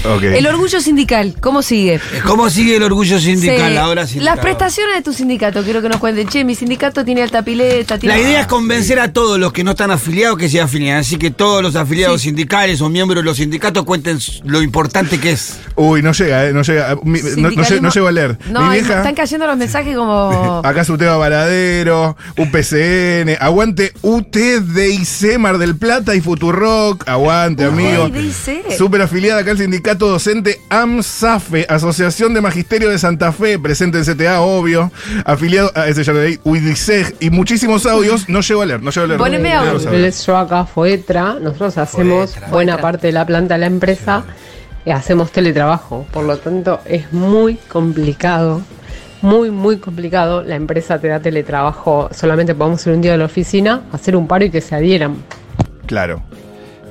[SPEAKER 4] Ok.
[SPEAKER 2] El orgullo sindical, ¿cómo sigue?
[SPEAKER 3] ¿Cómo sigue el orgullo sindical
[SPEAKER 2] Se-
[SPEAKER 3] ahora? sindical?
[SPEAKER 2] Las prestaciones de tu sindicato, quiero que nos cuenten. Che, mi sindicato tiene alta pileta. Tiene
[SPEAKER 3] La idea es convencer a todos los que no están afiliados que se afilian. Así que todos los afiliados sindicales o miembros de los sindicatos cuenten s- lo importante que es.
[SPEAKER 4] Uy, no llega, eh, no llega. Mi- no- no, lle- no
[SPEAKER 2] Sindicalismo-
[SPEAKER 4] llego a leer.
[SPEAKER 2] No,
[SPEAKER 4] Mi
[SPEAKER 2] ahí
[SPEAKER 4] vieja.
[SPEAKER 2] están cayendo los mensajes como.
[SPEAKER 4] Acá su tema Varadero, UPCN, aguante UTDIC, Mar del Plata y Futurock, aguante amigo.
[SPEAKER 2] UTDIC.
[SPEAKER 4] Súper afiliada acá al sindicato docente AMSAFE, Asociación de Magisterio de Santa Fe, presente en CTA, obvio. Afiliado a ese ya lo leí, UIDICEG, y muchísimos audios. No llego a leer, no llego a leer.
[SPEAKER 2] Poneme
[SPEAKER 4] No
[SPEAKER 2] audio.
[SPEAKER 4] los
[SPEAKER 8] El Electro acá Foetra, nosotros hacemos
[SPEAKER 3] Foetra.
[SPEAKER 8] buena
[SPEAKER 2] Foetra.
[SPEAKER 8] parte de la planta de la empresa, eh, hacemos teletrabajo, por lo tanto es muy complicado, muy, muy complicado. La empresa te da teletrabajo, solamente podemos ir un día a la oficina, hacer un paro y que se adhieran.
[SPEAKER 4] Claro.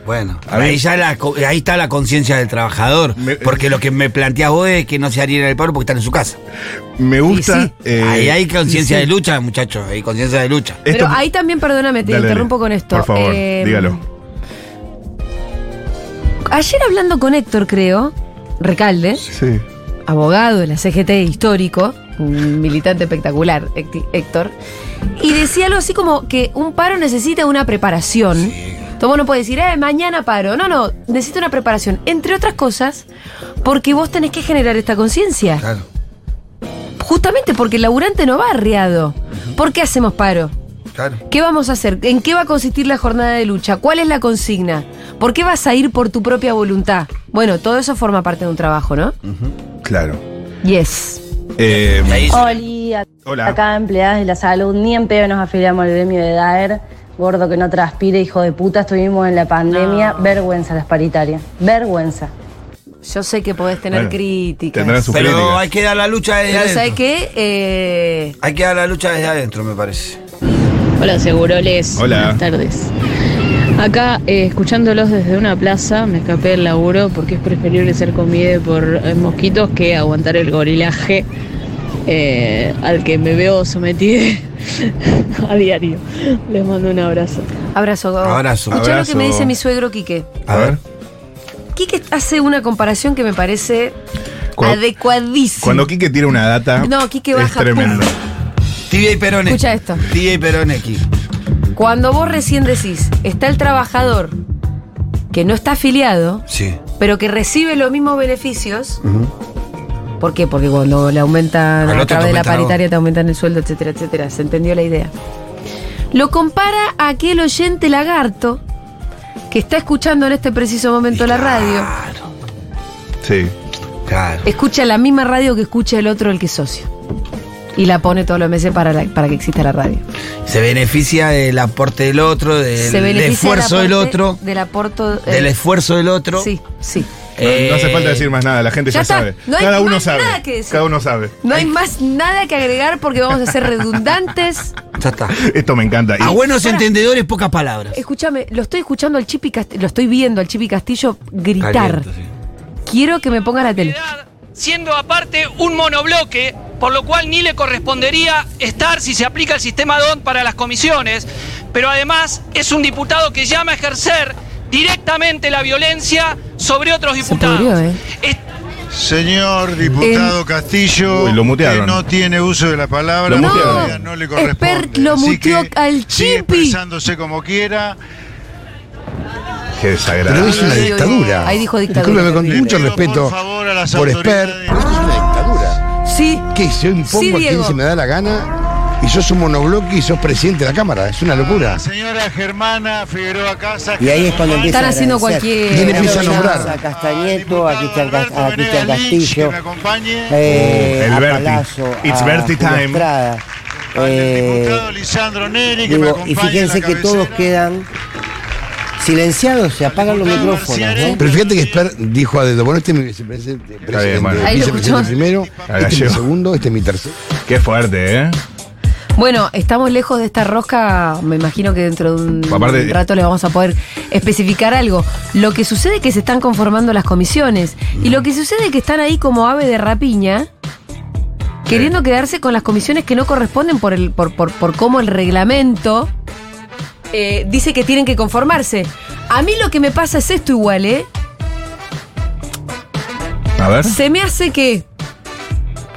[SPEAKER 3] Bueno,
[SPEAKER 4] A ver.
[SPEAKER 3] ahí, ya la co- ahí está la conciencia del trabajador.
[SPEAKER 4] Me-
[SPEAKER 3] porque lo que me planteas vos es que no se harían el paro porque están en su casa.
[SPEAKER 4] Me gusta.
[SPEAKER 2] sí.
[SPEAKER 4] eh,
[SPEAKER 3] ahí hay conciencia de lucha, muchachos. Hay conciencia de lucha.
[SPEAKER 4] esto-
[SPEAKER 2] Pero ahí también, perdóname, te
[SPEAKER 4] Dale, dale.
[SPEAKER 2] interrumpo con esto.
[SPEAKER 4] Por favor,
[SPEAKER 2] Eh,
[SPEAKER 4] dígalo.
[SPEAKER 2] Ayer hablando con Héctor, creo, Recalde,
[SPEAKER 4] Sí.
[SPEAKER 2] abogado de la CGT histórico, un militante espectacular, Hécti- Héctor, y decía algo así como que un paro necesita una preparación. Entonces vos no puedes decir, eh, mañana paro. No, no, necesita una preparación. Entre otras cosas, porque vos tenés que generar esta conciencia.
[SPEAKER 3] Claro.
[SPEAKER 2] Justamente porque el laburante no va arreado. ¿Por qué hacemos paro?
[SPEAKER 3] Claro.
[SPEAKER 2] ¿Qué vamos a hacer? ¿En qué va a consistir la jornada de lucha? ¿Cuál es la consigna? ¿Por qué vas a ir por tu propia voluntad? Bueno, todo eso forma parte de un trabajo, ¿no?
[SPEAKER 4] Claro.
[SPEAKER 2] Yes.
[SPEAKER 4] Eh,
[SPEAKER 3] Y ahí-
[SPEAKER 9] Oli, a-
[SPEAKER 4] Hola.
[SPEAKER 9] acá empleadas de la salud, ni en pedo nos afiliamos al gremio de DAER. Gordo que no transpire, hijo de puta, estuvimos en la pandemia. Vergüenza las paritarias, vergüenza.
[SPEAKER 2] Yo sé que podés tener
[SPEAKER 4] Bueno,
[SPEAKER 2] críticas.
[SPEAKER 4] tendrán sus
[SPEAKER 3] Pero
[SPEAKER 4] críticas.
[SPEAKER 3] hay que dar la lucha desde
[SPEAKER 2] Pero ¿sabes
[SPEAKER 3] adentro.
[SPEAKER 2] qué? Eh,
[SPEAKER 3] Hay que dar la lucha desde adentro, me parece.
[SPEAKER 10] Hola, Seguroles.
[SPEAKER 4] Hola.
[SPEAKER 10] Buenas tardes. Acá, eh, escuchándolos desde una plaza, me escapé del laburo porque es preferible ser comida por eh, mosquitos que aguantar el gorilaje eh, al que me veo sometida a diario. Les mando un abrazo.
[SPEAKER 2] Abrazo, Gabo.
[SPEAKER 3] Abrazo.
[SPEAKER 2] Escuchá lo
[SPEAKER 4] Abrazo.
[SPEAKER 2] que me dice mi suegro Quique.
[SPEAKER 3] A ver.
[SPEAKER 2] Quique hace una comparación que me parece
[SPEAKER 4] Cuando-
[SPEAKER 2] adecuadísima.
[SPEAKER 4] Cuando Quique tira una data.
[SPEAKER 2] No, Quique
[SPEAKER 4] es
[SPEAKER 2] baja,
[SPEAKER 4] tremendo.
[SPEAKER 3] Tibia y Perone.
[SPEAKER 2] Escucha esto.
[SPEAKER 3] Tibia y Perone aquí.
[SPEAKER 2] Cuando vos recién decís, está el trabajador que no está afiliado,
[SPEAKER 3] Sí.
[SPEAKER 2] pero que recibe los mismos beneficios. ¿Por qué? Porque cuando le aumentan
[SPEAKER 3] Al
[SPEAKER 2] a
[SPEAKER 3] otro
[SPEAKER 2] través
[SPEAKER 3] te
[SPEAKER 2] de la
[SPEAKER 3] aumentan a vos.
[SPEAKER 2] paritaria, te aumentan el sueldo, etcétera, etcétera. ¿Se entendió la idea? Lo compara a aquel oyente lagarto que está escuchando en este preciso momento la radio.
[SPEAKER 3] Claro.
[SPEAKER 4] Sí.
[SPEAKER 3] Claro.
[SPEAKER 2] Escucha la misma radio que escucha el otro, el que es socio. Y la pone todos los meses para, la- para que exista la radio.
[SPEAKER 3] Se beneficia del aporte del otro, del, del
[SPEAKER 2] del
[SPEAKER 3] esfuerzo del
[SPEAKER 2] aporte-
[SPEAKER 3] otro.
[SPEAKER 2] Del aporte. eh,
[SPEAKER 3] Del esfuerzo del otro. Eh,
[SPEAKER 2] Sí, sí.
[SPEAKER 4] No, no hace falta decir más nada, la gente
[SPEAKER 2] ya
[SPEAKER 4] ya,
[SPEAKER 2] está.
[SPEAKER 4] sabe.
[SPEAKER 2] No hay
[SPEAKER 4] Cada uno
[SPEAKER 2] más
[SPEAKER 4] sabe.
[SPEAKER 2] nada que decir.
[SPEAKER 4] Cada uno sabe.
[SPEAKER 2] No hay más nada que agregar porque vamos a ser redundantes.
[SPEAKER 3] Ya está.
[SPEAKER 4] Esto me encanta.
[SPEAKER 2] Ah,
[SPEAKER 4] Y-
[SPEAKER 3] A buenos entendedores, pocas palabras.
[SPEAKER 2] Escúchame, lo estoy escuchando al Chipi Castillo, lo estoy viendo al Chipi Castillo gritar.
[SPEAKER 3] Caliente, sí.
[SPEAKER 2] Quiero que me ponga la tele.
[SPEAKER 11] siendo aparte un monobloque, por lo cual ni le correspondería estar si se aplica el sistema DON para las comisiones, pero además es un diputado que llama a ejercer directamente la violencia sobre otros diputados.
[SPEAKER 2] pudrió, ¿eh?
[SPEAKER 11] Es-
[SPEAKER 12] Señor diputado Castillo,
[SPEAKER 4] Uy, lo mutearon.
[SPEAKER 12] que no tiene uso de la palabra,
[SPEAKER 4] Lo
[SPEAKER 12] no,
[SPEAKER 4] mutearon.
[SPEAKER 12] todavía no le corresponde.
[SPEAKER 2] Espert lo
[SPEAKER 12] Así
[SPEAKER 2] muteó
[SPEAKER 12] que
[SPEAKER 2] al
[SPEAKER 12] sigue
[SPEAKER 2] Chipi.
[SPEAKER 12] expresándose como quiera.
[SPEAKER 4] Qué
[SPEAKER 13] Pero
[SPEAKER 4] desagradable.
[SPEAKER 13] es una
[SPEAKER 2] Ahí digo-
[SPEAKER 13] dictadura.
[SPEAKER 2] ahí dijo dictadura.
[SPEAKER 13] Discúlpeme, con
[SPEAKER 2] Le
[SPEAKER 13] mucho
[SPEAKER 12] pido,
[SPEAKER 13] respeto
[SPEAKER 12] por favor, a las
[SPEAKER 13] por Esper,
[SPEAKER 12] autoridades.
[SPEAKER 13] pero esto es una dictadura.
[SPEAKER 2] Sí.
[SPEAKER 13] ¿Qué? Yo impongo
[SPEAKER 2] Sí,
[SPEAKER 13] a quien
[SPEAKER 2] Diego.
[SPEAKER 13] se me da la gana y sos un monobloque y sos presidente de la Cámara. Es una locura.
[SPEAKER 12] La señora Germana Figueroa Casas.
[SPEAKER 14] Y ahí es cuando empieza
[SPEAKER 2] Están
[SPEAKER 14] a
[SPEAKER 2] haciendo
[SPEAKER 14] agradecer.
[SPEAKER 2] cualquier-
[SPEAKER 13] ¿Quién empieza a
[SPEAKER 14] Llamas
[SPEAKER 13] nombrar?
[SPEAKER 14] A Castañeto, a Cristian, Cas- a Cristian
[SPEAKER 12] Castillo.
[SPEAKER 14] Castillo,
[SPEAKER 12] Que me acompañe.
[SPEAKER 14] eh,
[SPEAKER 4] El
[SPEAKER 14] a
[SPEAKER 4] Berti.
[SPEAKER 14] Palazzo,
[SPEAKER 4] It's
[SPEAKER 14] a
[SPEAKER 4] Berti
[SPEAKER 14] Julio
[SPEAKER 4] time.
[SPEAKER 14] Estrada. Eh,
[SPEAKER 12] Diputado Lisandro Neri, que me
[SPEAKER 14] digo,
[SPEAKER 12] acompañe.
[SPEAKER 14] y
[SPEAKER 12] en la
[SPEAKER 14] fíjense que
[SPEAKER 12] cabecera.
[SPEAKER 14] todos quedan silenciados, se apagan los micrófonos. ¿no?
[SPEAKER 13] Pero fíjate que Esper dijo a Dedo, bueno, este es mi vicepresidente, presidente,
[SPEAKER 4] Mario.
[SPEAKER 2] Ahí lo
[SPEAKER 13] vicepresidente
[SPEAKER 2] escuchó.
[SPEAKER 13] primero, este
[SPEAKER 4] La
[SPEAKER 13] es mi
[SPEAKER 4] gallego.
[SPEAKER 13] segundo, este es mi tercero.
[SPEAKER 4] Qué fuerte, ¿eh?
[SPEAKER 2] Bueno, estamos lejos de esta rosca. Me imagino que dentro de un
[SPEAKER 4] Aparte-
[SPEAKER 2] rato le vamos a poder especificar algo. Lo que sucede es que se están conformando las comisiones. Y lo que sucede es que están ahí como ave de rapiña. Queriendo quedarse con las comisiones que no corresponden por, el, por, por, por cómo el reglamento eh, dice que tienen que conformarse. A mí lo que me pasa es esto igual, ¿eh?
[SPEAKER 4] A ver.
[SPEAKER 2] Se me hace que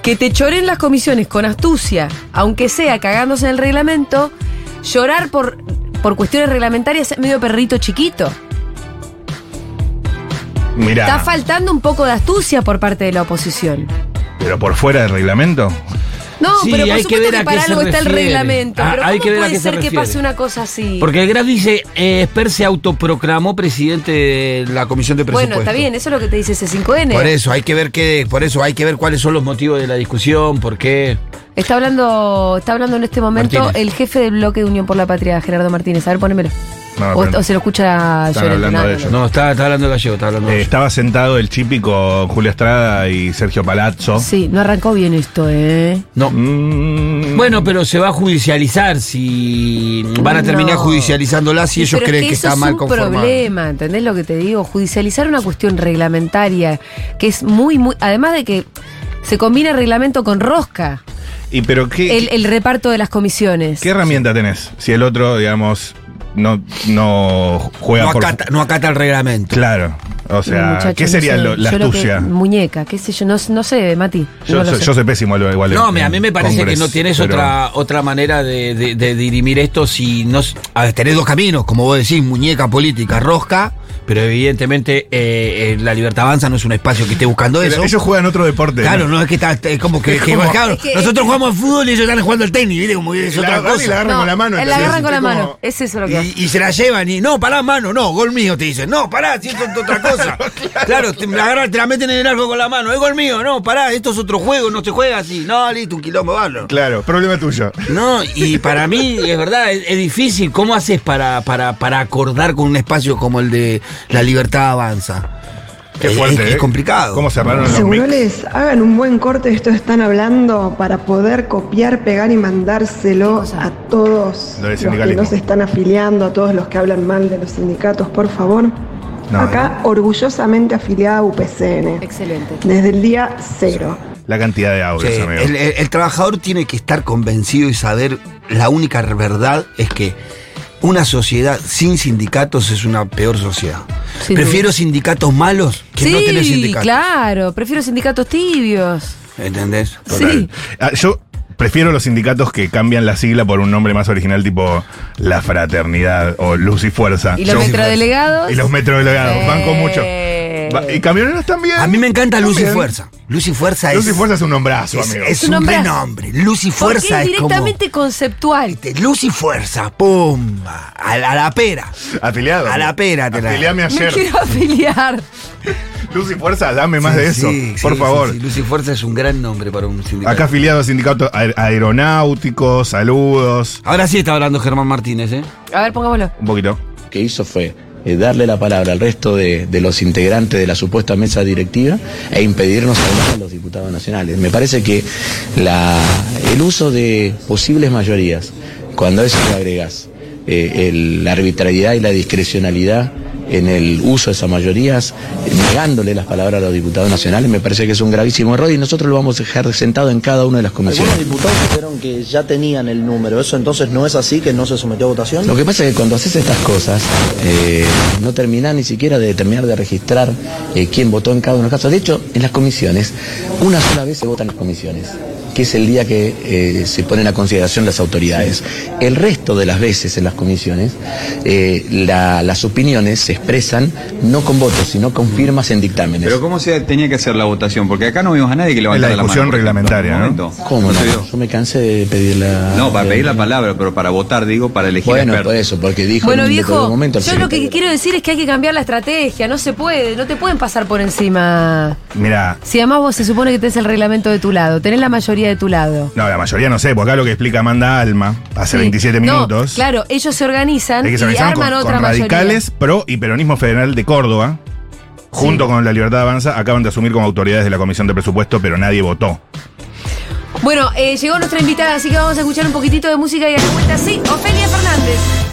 [SPEAKER 2] que te choren las comisiones con astucia, aunque sea cagándose en el reglamento, llorar por, por cuestiones reglamentarias es medio perrito chiquito. Está
[SPEAKER 4] Mirá.
[SPEAKER 2] faltando un poco de astucia por parte de la oposición.
[SPEAKER 4] Pero por fuera del reglamento.
[SPEAKER 2] No,
[SPEAKER 3] Sí,
[SPEAKER 2] pero por
[SPEAKER 3] hay que
[SPEAKER 2] supuesto
[SPEAKER 3] ver
[SPEAKER 2] que,
[SPEAKER 3] a qué
[SPEAKER 2] para
[SPEAKER 3] se
[SPEAKER 2] algo está el
[SPEAKER 3] refiere.
[SPEAKER 2] reglamento.
[SPEAKER 15] Ah,
[SPEAKER 2] pero
[SPEAKER 15] hay
[SPEAKER 2] ¿cómo
[SPEAKER 15] que ver a
[SPEAKER 2] puede
[SPEAKER 15] qué se
[SPEAKER 2] ser que
[SPEAKER 15] refiere.
[SPEAKER 2] pase una cosa así?
[SPEAKER 3] Porque el Graf dice, eh, Esper se autoproclamó presidente de la Comisión de Presupuesto.
[SPEAKER 2] bueno, está eh. bien, eso es lo que te dice ese 5N.
[SPEAKER 3] Por eso, hay que ver qué, por eso hay que ver cuáles son los motivos de la discusión, por qué.
[SPEAKER 2] Está hablando, está hablando en este momento
[SPEAKER 3] Martínez.
[SPEAKER 2] el jefe del bloque de Unión por la Patria, Gerardo Martínez. A ver, ponémelo.
[SPEAKER 4] No,
[SPEAKER 2] o,
[SPEAKER 4] pero-
[SPEAKER 2] o se lo escucha
[SPEAKER 4] Están
[SPEAKER 2] Llorente.
[SPEAKER 4] hablando
[SPEAKER 2] No,
[SPEAKER 4] de
[SPEAKER 2] no,
[SPEAKER 4] ellos.
[SPEAKER 3] No, está, está hablando gallego, está hablando
[SPEAKER 4] Eh,
[SPEAKER 3] gallego.
[SPEAKER 4] estaba sentado el chipi con Julio Estrada y Sergio Palazzo.
[SPEAKER 2] no. Sí, no arrancó bien esto, ¿eh?
[SPEAKER 3] No.
[SPEAKER 4] Mm,
[SPEAKER 3] Bueno, pero se va a judicializar si van a terminar
[SPEAKER 2] No.
[SPEAKER 3] judicializándola si
[SPEAKER 2] Sí,
[SPEAKER 3] ellos
[SPEAKER 2] pero es
[SPEAKER 3] creen que,
[SPEAKER 2] eso
[SPEAKER 3] está mal
[SPEAKER 2] es un
[SPEAKER 3] conformada.
[SPEAKER 2] problema, ¿entendés lo que te digo? Judicializar una cuestión reglamentaria que es muy, muy. Además de que se combina reglamento con rosca,
[SPEAKER 4] y pero qué,
[SPEAKER 2] el, el reparto de las comisiones.
[SPEAKER 4] qué herramienta tenés si el otro, digamos, no, no juega
[SPEAKER 3] No
[SPEAKER 4] por
[SPEAKER 3] acata, no acata el reglamento.
[SPEAKER 4] Claro. O sea,
[SPEAKER 2] Muchacho,
[SPEAKER 4] ¿qué
[SPEAKER 2] no
[SPEAKER 4] sería
[SPEAKER 2] sé,
[SPEAKER 4] lo- la
[SPEAKER 2] yo lo que-
[SPEAKER 4] astucia?
[SPEAKER 2] muñeca, qué sé yo, no, no sé, Mati.
[SPEAKER 4] Yo,
[SPEAKER 2] no lo
[SPEAKER 4] soy,
[SPEAKER 2] sé.
[SPEAKER 4] yo soy pésimo al- igual.
[SPEAKER 3] No,
[SPEAKER 4] en-
[SPEAKER 3] me- a mí me
[SPEAKER 4] en
[SPEAKER 3] parece que
[SPEAKER 4] Congress,
[SPEAKER 3] no tienes
[SPEAKER 4] pero-
[SPEAKER 3] otra, otra manera de, de- de dirimir esto si no. s- A ver, tenés dos caminos, como vos decís, muñeca política, rosca, pero evidentemente eh, eh, la libertad avanza no es un espacio que esté buscando
[SPEAKER 4] Pero
[SPEAKER 3] eso.
[SPEAKER 4] Ellos juegan otro deporte.
[SPEAKER 3] Claro, no es que está, es como que, que-
[SPEAKER 4] como-
[SPEAKER 3] claro,
[SPEAKER 2] Es que-
[SPEAKER 3] nosotros jugamos al fútbol y ellos están jugando al tenis, ¿viste? Como es
[SPEAKER 4] La-
[SPEAKER 3] otra
[SPEAKER 4] dale,
[SPEAKER 3] cosa.
[SPEAKER 4] la agarran
[SPEAKER 2] No,
[SPEAKER 4] con la mano.
[SPEAKER 2] la
[SPEAKER 4] ¿entendés?
[SPEAKER 2] agarran con la
[SPEAKER 4] Como-
[SPEAKER 2] mano, es eso lo que hace.
[SPEAKER 3] Y, y se la llevan y no, pará mano, no, gol mío te dicen, no, pará, si esto es otra cosa. claro, te, la agarran, te la meten en el arco con la mano, es gol mío, no, pará, esto es otro juego, no se juega así, no, listo, un quilombo, bárbaro.
[SPEAKER 4] Claro, problema tuyo.
[SPEAKER 3] No, y para mí, es verdad, es, es difícil. ¿Cómo haces para, para, para acordar con un espacio como el de La Libertad Avanza?
[SPEAKER 4] Qué
[SPEAKER 3] Es-
[SPEAKER 4] fuerte.
[SPEAKER 3] es, es
[SPEAKER 4] ¿eh?
[SPEAKER 3] complicado.
[SPEAKER 4] ¿Cómo cerraron los mic?
[SPEAKER 16] Seguroles, hagan un buen corte de esto que están hablando para poder copiar, pegar y mandárselo a todos
[SPEAKER 4] Lo del
[SPEAKER 16] los que
[SPEAKER 4] sindicalismo.
[SPEAKER 16] no se están afiliando, a todos los que hablan mal de los sindicatos, por favor.
[SPEAKER 4] No,
[SPEAKER 16] Acá, orgullosamente afiliada a UPCN,
[SPEAKER 2] Excelente.
[SPEAKER 16] desde el día cero.
[SPEAKER 4] La cantidad de audios,
[SPEAKER 3] Sí,
[SPEAKER 4] amigo.
[SPEAKER 3] el, el- el trabajador tiene que estar convencido y saber la única verdad es que Una sociedad sin sindicatos es una peor sociedad.
[SPEAKER 2] Sin
[SPEAKER 3] Prefiero sindicatos malos que
[SPEAKER 2] sí,
[SPEAKER 3] no tener sindicatos.
[SPEAKER 2] claro, prefiero sindicatos tibios.
[SPEAKER 3] ¿Entendés?
[SPEAKER 2] Sí.
[SPEAKER 4] Ah, yo prefiero los sindicatos que cambian la sigla por un nombre más original, tipo La Fraternidad o Luz y Fuerza.
[SPEAKER 2] ¿Y los
[SPEAKER 4] Ah, Yo-
[SPEAKER 2] metrodelegados?
[SPEAKER 4] Y los metrodelegados,
[SPEAKER 2] Sí.
[SPEAKER 4] banco mucho. Va- Y camioneros también.
[SPEAKER 3] A mí me encanta Luz y
[SPEAKER 4] También.
[SPEAKER 3] Fuerza. Luz y Fuerza es.
[SPEAKER 4] Luz y Fuerza es un nombrazo,
[SPEAKER 3] es,
[SPEAKER 4] amigo.
[SPEAKER 3] es
[SPEAKER 2] Es un
[SPEAKER 3] un
[SPEAKER 2] nombrazo.
[SPEAKER 3] renombre. Luz y Fuerza
[SPEAKER 2] Porque
[SPEAKER 3] es
[SPEAKER 2] es
[SPEAKER 3] como.
[SPEAKER 2] directamente conceptual.
[SPEAKER 3] Luz y Fuerza, pumba. A la, a la pera.
[SPEAKER 4] Afiliado.
[SPEAKER 3] A la pera te la-
[SPEAKER 4] Afiliame
[SPEAKER 2] Me
[SPEAKER 4] ayer.
[SPEAKER 2] quiero afiliar.
[SPEAKER 4] Luz y Fuerza, dame más
[SPEAKER 3] Sí,
[SPEAKER 4] de eso,
[SPEAKER 3] sí,
[SPEAKER 4] por
[SPEAKER 3] sí,
[SPEAKER 4] favor.
[SPEAKER 3] sí, sí. Luz y Fuerza es un gran nombre para un sindicato.
[SPEAKER 4] Acá afiliado a sindicatos aer- aeronáuticos, saludos.
[SPEAKER 3] Ahora sí está hablando Germán Martínez, ¿eh?
[SPEAKER 2] A ver, pongámoslo.
[SPEAKER 4] Un poquito.
[SPEAKER 15] que hizo fue eh, darle la palabra al resto de, de los integrantes de la supuesta mesa directiva e impedirnos hablar a los diputados nacionales. Me parece que la- el uso de posibles mayorías, cuando a eso le agregas eh, el- la arbitrariedad y la discrecionalidad en el uso de esas mayorías, eh, negándole las palabras a los diputados nacionales, me parece que es un gravísimo error y nosotros lo vamos a dejar sentado en cada una de las comisiones.
[SPEAKER 17] Algunos diputados dijeron que ya tenían el número. ¿Eso entonces no es así, que no se sometió a votación?
[SPEAKER 15] Lo que pasa es que cuando haces estas cosas, eh, no terminás ni siquiera de terminar de registrar eh, quién votó en cada uno de los casos. De hecho, en las comisiones, una sola vez se votan las comisiones, que es el día que eh, se ponen a consideración las autoridades. El resto de las veces en las comisiones, eh, la- las opiniones se expresan no con votos, sino con firmas en dictámenes.
[SPEAKER 18] Pero ¿cómo se tenía que hacer la votación? Porque acá no vimos a nadie que
[SPEAKER 4] Es la
[SPEAKER 18] levantara la mano.
[SPEAKER 4] discusión
[SPEAKER 18] por ejemplo,
[SPEAKER 4] reglamentaria,
[SPEAKER 18] en
[SPEAKER 4] ¿no?
[SPEAKER 18] un momento.
[SPEAKER 15] ¿Cómo
[SPEAKER 18] se
[SPEAKER 15] no?
[SPEAKER 18] dio.
[SPEAKER 15] Yo me cansé de pedir la...
[SPEAKER 18] No, para
[SPEAKER 15] de-
[SPEAKER 18] pedir la palabra, pero para votar, digo, para elegir
[SPEAKER 15] Bueno,
[SPEAKER 18] expertos.
[SPEAKER 15] por eso, porque dijo
[SPEAKER 2] Bueno,
[SPEAKER 15] en un
[SPEAKER 2] viejo,
[SPEAKER 15] determinado momento el
[SPEAKER 2] yo lo que
[SPEAKER 15] secretario.
[SPEAKER 2] quiero decir es que hay que cambiar la estrategia. No se puede, no te pueden pasar por encima.
[SPEAKER 4] Mira,
[SPEAKER 2] Si además vos se supone que tenés el reglamento de tu lado, tenés la mayoría de tu lado.
[SPEAKER 4] no, la mayoría no sé, porque acá lo que explica Amanda Alma hace
[SPEAKER 2] Sí.
[SPEAKER 4] 27
[SPEAKER 2] No,
[SPEAKER 4] minutos.
[SPEAKER 2] claro, ellos se organizan
[SPEAKER 4] Es que se
[SPEAKER 2] y
[SPEAKER 4] organizaron
[SPEAKER 2] arman
[SPEAKER 4] con,
[SPEAKER 2] otra
[SPEAKER 4] con
[SPEAKER 2] mayoría.
[SPEAKER 4] radicales, pro y peronismo federal de Córdoba, junto con la Libertad Avanza, acaban de asumir como autoridades de la Comisión de Presupuesto, pero nadie votó.
[SPEAKER 2] Bueno, eh, llegó nuestra invitada, así que vamos a escuchar un poquitito de música y a la vuelta, sí, Ofelia Fernández.